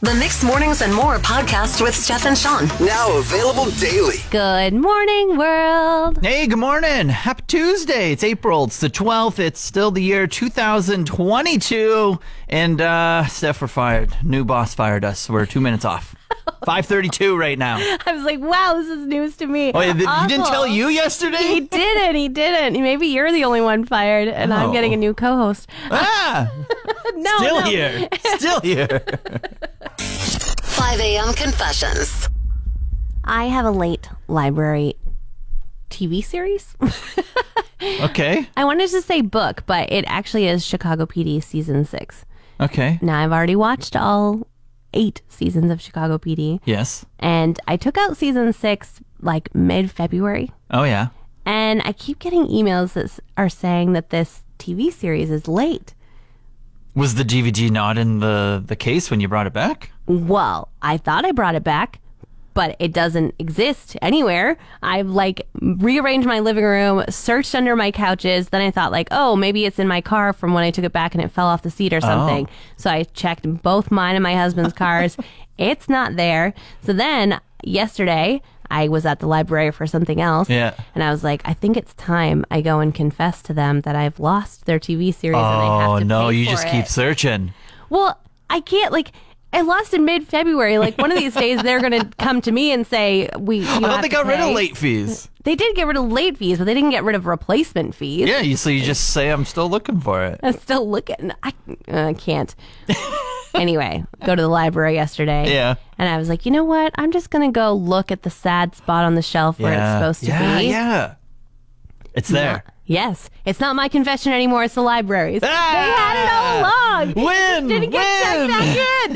The Mixed Mornings and More podcast with Steph and Sean. Now available daily. Good morning, world. Hey, good morning. Happy Tuesday. It's April. It's the 12th. It's still the year 2022. And uh, Steph, we're fired. New boss fired us. We're two minutes off. 532 right now. I was like, wow, this is news to me. Oh, yeah, th- he didn't Awful. tell you He yesterday? didn't. He didn't. Maybe you're the only one fired, and I'm Oh. getting a new co-host. Ah, No, still no. here. Still here. 5 a.m. confessions. I have a late library TV series. Okay. I wanted to say book, but it actually is Chicago PD season six. Okay. Now I've already watched all eight seasons of Chicago PD, Yes. and I took out season six like mid-February. Oh, yeah. And I keep getting emails that s- are saying that this TV series is late. Was the DVG not in the, the case when you brought it back? Well, I thought I brought it back, but it doesn't exist anywhere. I've like rearranged my living room, searched under my couches. Then I thought, like, oh, maybe it's in my car from when I took it back and it fell off the seat Oh. or something. So I checked both mine and my husband's cars. it's not there. So then yesterday, I was at the library for something else. Yeah. And I was like, I think it's time I go and confess to them that I've lost their TV series and I have Oh, to no. pay You for just it. keep searching. Well, I can't like I lost in mid February. Like one of these days they're gonna come to me and say we you I have thought Oh, they to got rid of pay." late fees. They did get rid of late fees, but they didn't get rid of replacement fees. Yeah, you, so you just say, I'm still looking for it. I'm still looking I uh, can't. anyway, go to the library yesterday. Yeah. And I was like, you know what? I'm just gonna go look at the sad spot on the shelf where it's supposed to yeah, be. Yeah, It's there. Yes. It's not my confession anymore, it's the library's. Ah! They had it all along. Win! Didn't get checked win!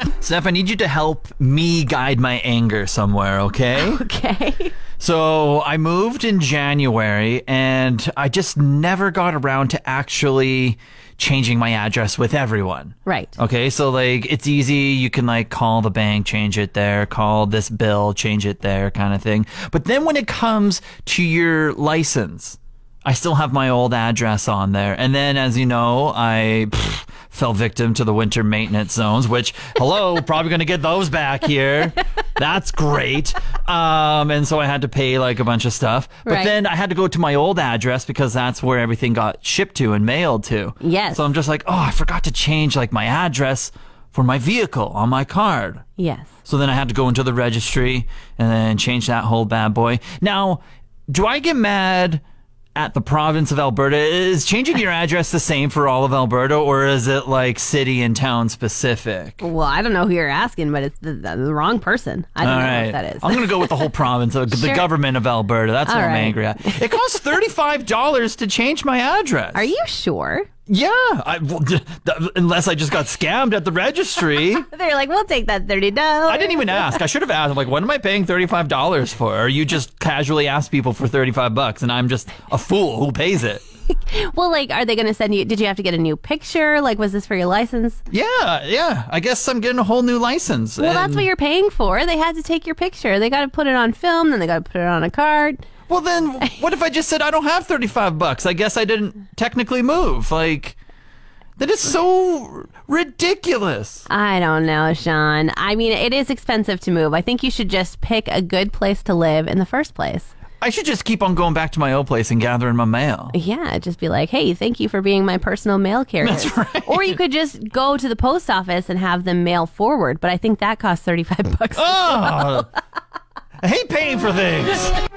back in. Steph, I need you to help me guide my anger somewhere, okay? okay. so I moved in January and I just never got around to actually changing my address with everyone. Right. Okay, so like it's easy. You can like call the bank, change it there, call this bill, change it there, kind of thing. But then when it comes to your license, I still have my old address on there. And then, as you know, I pff, fell victim to the winter maintenance zones, which, hello, probably going to get those back here. That's great. Um, and so I had to pay like a bunch of stuff. But Right. then I had to go to my old address because that's where everything got shipped to and mailed to. Yes. So I'm just like, oh, I forgot to change like my address for my vehicle on my card. Yes. So then I had to go into the registry and then change that whole bad boy. Now, do I get mad at the province of Alberta? Is changing your address the same for all of Alberta or is it like city and town specific? All Well, I don't know who you're asking, but it's the, the, the wrong person. I don't know right. if that is. I'm going to go with the whole province, uh, the Sure. government of Alberta. That's what All I'm right. angry at. It costs $35 to change my address. Are you sure? Yeah. I, well, d- d- unless I just got scammed at the registry. They're like, we'll take that thirty dollars. I didn't even ask. I should have asked. I'm like, what am I paying $35 for? Or you just casually ask people for 35 bucks and I'm just a fool who pays it. e- Well, like, are they going to send you? Did you have to get a new picture? Like, was this for your license? Yeah, yeah. I guess I'm getting a whole new license. Well, that's what you're paying for. They had to take your picture. They got to put it on film. Then they got to put it on a card. Well, then what if I just said I don't have 35 bucks? I guess I didn't technically move. Like that is so ridiculous. I don't know, Sean. I mean, it is expensive to move. I think you should just pick a good place to live in the first place. I should just keep on going back to my old place and gathering my mail. Yeah, just be like, hey, thank you for being my personal mail carrier. That's right. Or you could just go to the post office and have them mail forward, but I think that costs 35 bucks. Oh. I hate paying for things.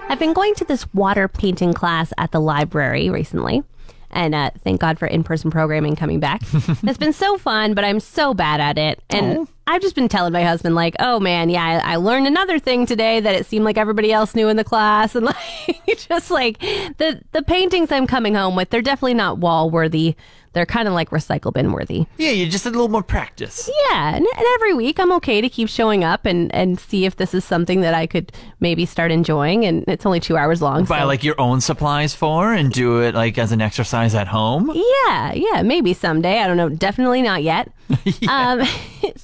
I've been going to this water painting class at the library recently. And uh, thank God for in person programming coming back. it's been so fun, but I'm so bad at it. And I've just been telling my husband, like, oh man, yeah, I, I learned another thing today that it seemed like everybody else knew in the class. And like, just like the, the paintings I'm coming home with, they're definitely not wall worthy. They're kind of like recycle bin worthy. Yeah, you just did a little more practice. Yeah, and, and every week I'm okay to keep showing up and, and see if this is something that I could maybe start enjoying. And it's only two hours long. buy so- like your own supplies for and do it like as an exercise at home. yeah, yeah, maybe someday. I don't know. Definitely not yet. Um,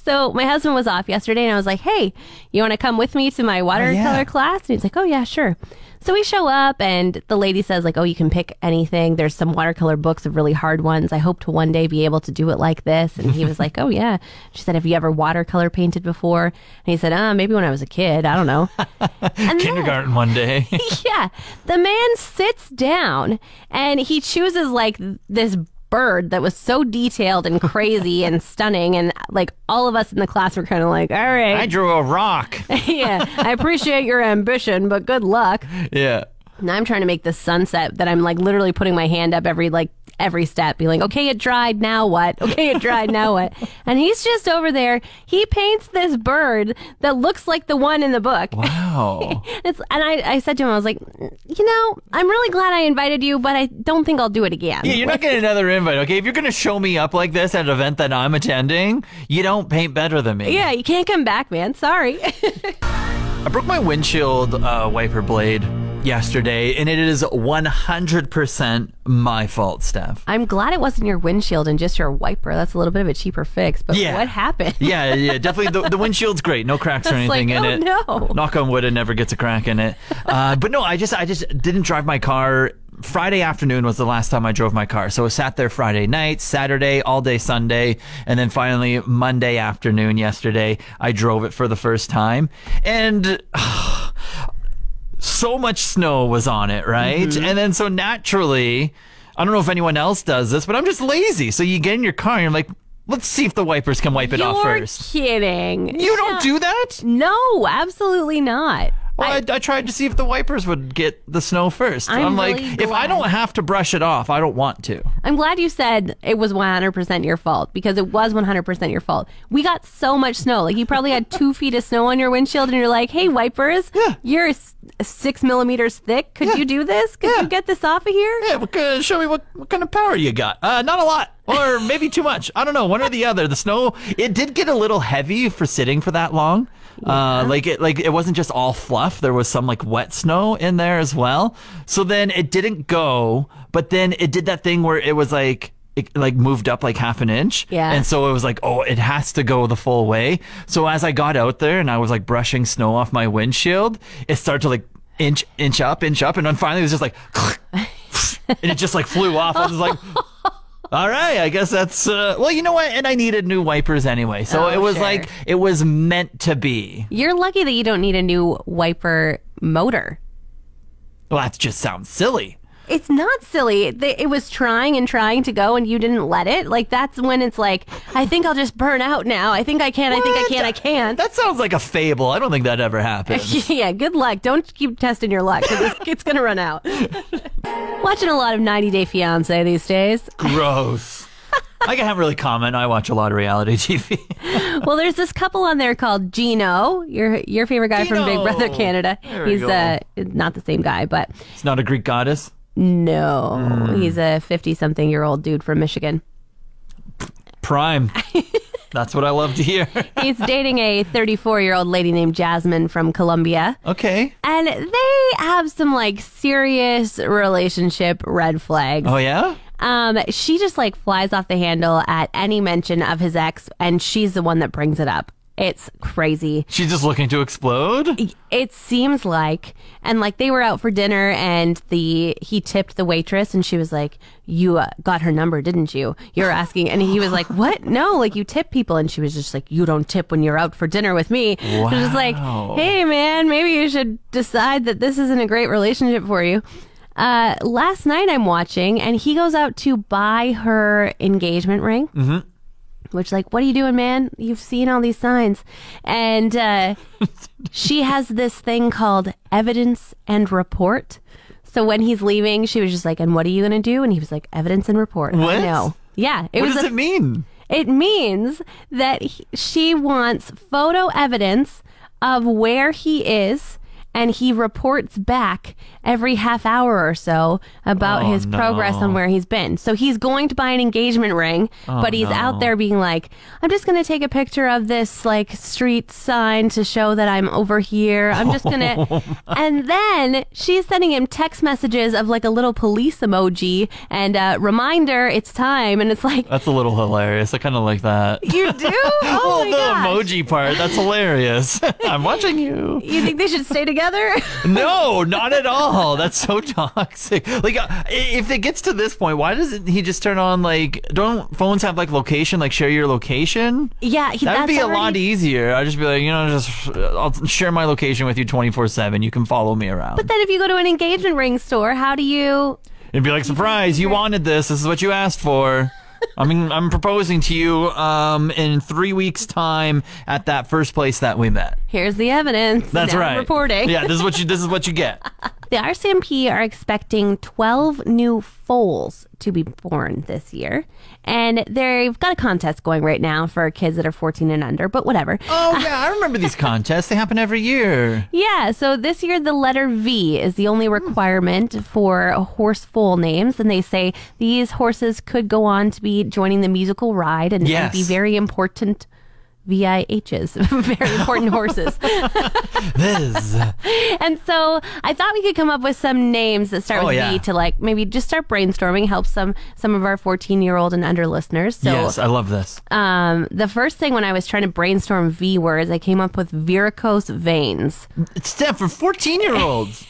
So my husband was off yesterday, and I was like, "Hey, you want to come with me to my watercolor yeah. class?" And he's like, "Oh yeah, sure." So we show up, and the lady says, "Like, oh, you can pick anything. There's some watercolor books of really hard ones. I hope to one day be able to do it like this." And he was like, "Oh yeah." She said, "Have you ever watercolor painted before?" And he said, "Uh, maybe when I was a kid. I don't know." And then- Kindergarten one day. yeah. The man sits down and he chooses like this bird that was so detailed and crazy and stunning and like all of us in the class were kind of like, "All I right. drew a rock. yeah. I appreciate your ambition, but good luck." yeah. And I'm trying to make this sunset that I'm like literally putting my hand up every like every step, be like, okay, it dried, now what? Okay, it dried, now what? And he's just over there. He paints this bird that looks like the one in the book. Wow. It's, and I, I said to him, I was like, you know, I'm really glad I invited you, but I don't think I'll do it again. Yeah, you're not getting another invite, okay? If you're going to show me up like this at an event that I'm attending, you don't paint better than me. Yeah, you can't come back, man. Sorry. I broke my windshield uh, wiper blade yesterday, and it is 100% my fault, Steph. I'm glad it wasn't your windshield and just your wiper. That's a little bit of a cheaper fix, but Yeah. what happened? Yeah, yeah, definitely. The, the windshield's great, no cracks or It's like, anything in oh, it. no. Knock on wood, it never gets a crack in it. Uh, but no, I just, I just didn't drive my car. Friday afternoon was the last time I drove my car, so I sat there Friday night, Saturday, all day Sunday, and then finally Monday afternoon yesterday, I drove it for the first time, and so much snow was on it, right? Mm-hmm. And then so naturally, I don't know if anyone else does this, but I'm just lazy. So you get in your car and you're like, let's see if the wipers can wipe it You're off first. kidding. You don't do that? No, absolutely not. Well, I, I tried to see if the wipers would get the snow 1st I'm like, really if glad. I don't have to brush it off, I don't want to. I'm glad you said it was 100% your fault because it was 100% your fault. We got so much snow. Like, you probably had two feet of snow on your windshield, and you're like, hey, wipers, Yeah. you're s- six millimeters thick. Could Yeah. you do this? Could Yeah. you get this off of here? Yeah, what, kind- show me what, what kind of power you got. Uh, not a lot, or maybe too much. I don't know, one or the other. The snow, it did get a little heavy for sitting for that long. Uh, like it, like it wasn't just all fluff. There was some like wet snow in there as well. So then it didn't go, but then it did that thing where it was like. It like moved up like half an inch, Yeah. And so it was like, oh, it has to go the full way. So as I got out there and I was like brushing snow off my windshield, it started to like inch, inch up, inch up, and then finally it was just like, and it just like flew off. I was like, all right, I guess that's uh, well, you know what? And I needed new wipers anyway, so Oh, it was sure. like it was meant to be. You're lucky that you don't need a new wiper motor. Well, that just sounds silly. It's not silly. They, it was trying and trying to go, and you didn't let it. Like, that's when it's like, I think I'll just burn out now. I think I can. I think I What? can. I can. That sounds like a fable. I don't think that ever happened. yeah, good luck. Don't keep testing your luck 'cause it's, it's going to run out. Watching a lot of 90 Day Fiancé these days. Gross. I can't really comment. I watch a lot of reality TV. Well, there's this couple on there called Gino, your your favorite guy from Big Gino. Brother Canada. There we He's go. uh, not the same guy, but it's not a Greek goddess. no, Hmm. he's a 50 something year old dude from Michigan. Prime. That's what I love to hear. He's dating a 34 year old lady named Jasmine from Colombia. okay. And they have some like serious relationship red flags. Oh yeah. Um, she just like flies off the handle at any mention of his ex, and she's the one that brings it up. It's crazy. She's just looking to explode. It seems like, and like they were out for dinner, and the he tipped the waitress, and she was like, "You uh, got her number, didn't you?" You're asking, and he was like, "What? No, like you tip people," and she was just like, "You don't tip when you're out for dinner with me." Wow. She was just like, Wow. "Hey, man, maybe you should decide that this isn't a great relationship for you." Uh, last night I'm watching, and he goes out to buy her engagement ring. Mm-hmm. Which, like, what are you doing, man? You've seen all these signs, and uh, she has this thing called evidence and report. So when he's leaving, she was just like, "And what are you going to do?" And he was like, "Evidence and report." What? No. Yeah, it What was. does a- it mean? it means that he, she wants photo evidence of where he is and he reports back every half hour or so about Oh, his progress no. on where he's been. So he's going to buy an engagement ring, Oh, but he's out there being like, "I'm just going to take a picture of this like street sign to show that I'm over here. I'm just going to." And then she's sending him text messages of like a little police emoji and a reminder, "It's time." And it's like, That's a little hilarious. I kind of like that. "You do? Oh well, my the gosh. emoji part, that's hilarious. I'm watching you. You think they should stay together?" No, not at all. That's so toxic. Like, uh, i- if it gets to this point, why doesn't he just turn on like? Don't phones have like location? Like, share your location. yeah, he, That'd that's be a lot e- already- easier. I'd just be like, you know, just uh, I'll share my location with you twenty four seven. You can follow me around. But then if you go to an engagement ring store, how do you It'd be like, surprise! You wanted this. This is what you asked for. I mean, I'm proposing to you um, in three weeks' time at that first place that we met. Here's the evidence. That's Now right. I'm Reporting. Yeah, this is what you. This is what you get. The RCMP are expecting 12 new foals to be born this year. And they've got a contest going right now for kids that are 14 and under, but whatever. Oh yeah, I remember these contests. They happen every year. Yeah, so this year the letter V is the Hmm. only requirement for horse foal names, and they say these horses could go on to be joining the musical ride and, and Yes. be very important VIHs, very important horses. This. And so I thought we could come up with some names that start Oh, with yeah. V to like maybe just start brainstorming, help some some of our 14 year old and under listeners. So yes, I love this. um, the first thing when I was trying to brainstorm V words, I came up with varicose veins. It's Steph for fourteen-year-olds.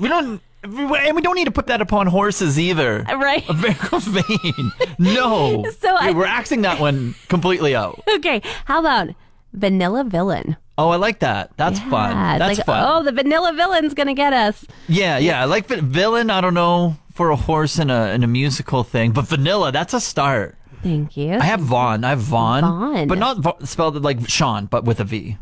we don't. we- And we don't need to put that upon horses either. Right. A varicose vein. No. So I- Yeah, we're axing that one completely out. Okay, how about vanilla villain? Oh, I like that. That's fun. Ah, it's That's like, fun. Oh, the vanilla villain's gonna get us. Yeah, yeah. I like vi- villain. I don't know for a horse in a in a musical thing, but vanilla. That's a start. Thank you. I have Vaughn. I have Vaughn, Vaughn. but not Va- spelled like Sean, but with a V.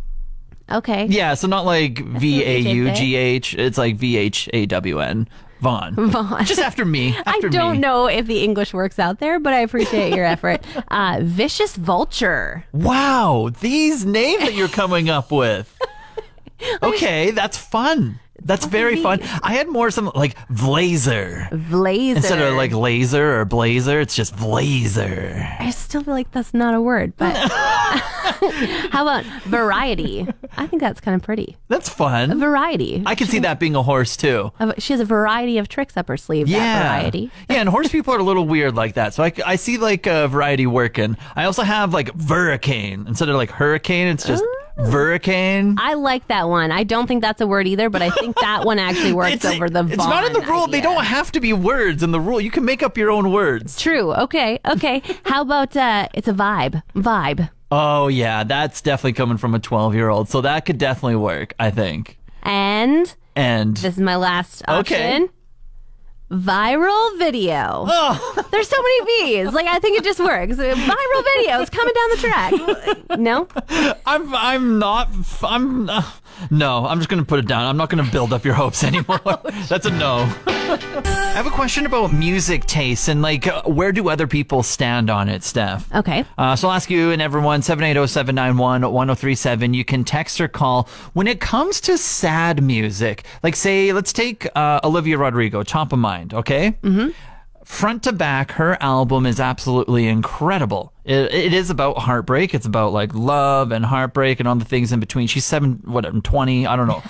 okay. Yeah, so not like V A U did G H. It's like V H A W N. Vaughn. Vaughn. Just after me. I After don't me. know if the English works out there, but I appreciate your effort. Uh, vicious vulture. Wow, these names that you're coming up with. Okay, that's fun. That's very fun. I had more some like Blazer. Blazer. Instead of like laser or blazer, it's just blazer. I still feel like that's not a word, but how about variety? I think that's kind of pretty. That's fun. Variety. I can see that being a horse too. Uh, she has a variety of tricks up her sleeve. That Yeah. variety. Yeah, and horse people are a little weird like that. So I, I see like a variety working. I also have like hurricane instead of like hurricane. It's just Oh. hurricane. I like that one. I don't think that's a word either, but I think that one actually works It's, over the. it's not in the Vaughn rule. They idea. don't have to be words in the rule. You can make up your own words. True. Okay. Okay. How about uh, it's a vibe? Vibe. Oh yeah, that's definitely coming from a twelve-year-old. So that could definitely work. I think. And And this is my last Okay. option. Viral video. oh, There's so many V's. Like I think it just works. Viral videos coming down the track. No. I'm I'm not I'm uh, no. I'm just gonna put it down. I'm not gonna build up your hopes anymore. that's a no. I have a question about music tastes and like uh, where do other people stand on it, Steph? Okay. Uh, so I'll ask you and everyone 780-791-1037. You can text or call. When it comes to sad music, like say, let's take uh, Olivia Rodrigo, Top of Mind, okay? Mm-hmm. Front to back, her album is absolutely incredible. It, it is about heartbreak. It's about like love and heartbreak and all the things in between. She's seven, what, I'm 20? I don't know.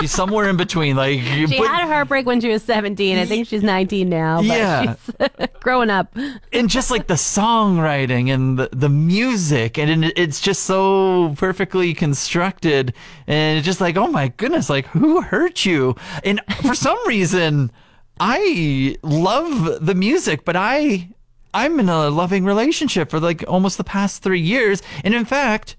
She's somewhere in between. Like, She had a heartbreak when she was 17. I think she's 19 now. But Yeah. She's growing up. and just like the songwriting and the, the music and it, it's just so perfectly constructed and it's just like oh my goodness like who hurt you and for some reason i love the music but i i'm in a loving relationship for like almost the past three years and in fact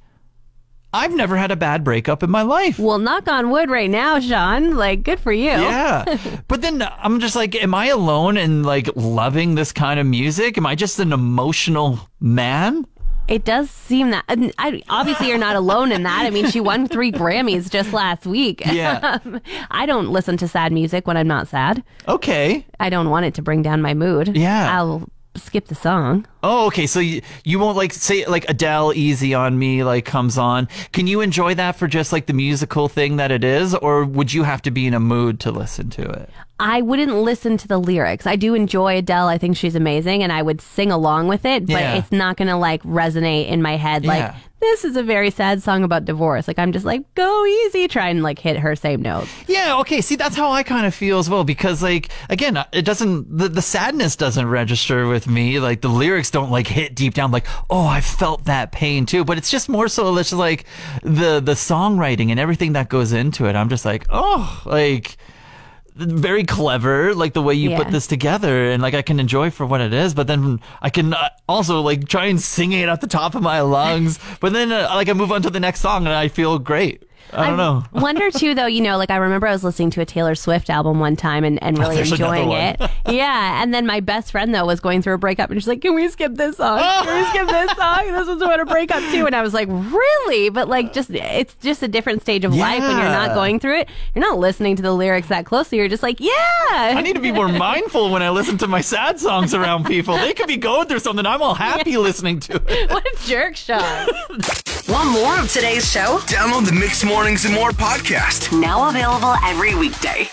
i've never had a bad breakup in my life Well, knock on wood right now, Sean. Like, good for you. yeah. But then I'm just like, am I alone in like loving this kind of music? Am I just an emotional man? It does seem that. and I, obviously, you're not alone in that. I mean, she won three Grammys just last week. Yeah. I don't listen to sad music when I'm not sad. Okay. I don't want it to bring down my mood. Yeah. I'll skip the song. Oh, okay. So you, you won't like say like Adele "Easy on Me" like comes on. Can you enjoy that for just like the musical thing that it is, or would you have to be in a mood to listen to it? I wouldn't listen to the lyrics. I do enjoy Adele. I think she's amazing and I would sing along with it, but Yeah. it's not going to like resonate in my head like Yeah. this is a very sad song about divorce. Like I'm just like go easy try and like hit her same note. Yeah. Okay. See, that's how I kind of feel as well because like again, uh, it doesn't the, the sadness doesn't register with me. Like the lyrics don't like hit deep down. Like oh, I felt that pain too. But it's just more so it's just like the the songwriting and everything that goes into it. I'm just like oh, like. very clever, like the way you Yeah. put this together, and like I can enjoy for what it is, but then I can uh, also like try and sing it at the top of my lungs. but then uh, like I move on to the next song and I feel great. I don't know. wonder too though, you know, like I remember I was listening to a Taylor Swift album one time and, and really There's another enjoying one. it. yeah. And then my best friend though was going through a breakup and she's like, Can we skip this song? Can we skip this song? This was about a breakup too. And I was like, Really? But like just it's just a different stage of life when you're not Yeah. going through it. You're not listening to the lyrics that closely. You're just like, I Yeah. need to be more mindful when I listen to my sad songs around people. They could be going through something. I'm all happy listening to it. What a jerk shot. Want more of today's show? Download the Mixed Mornings and More podcast. Now available every weekday.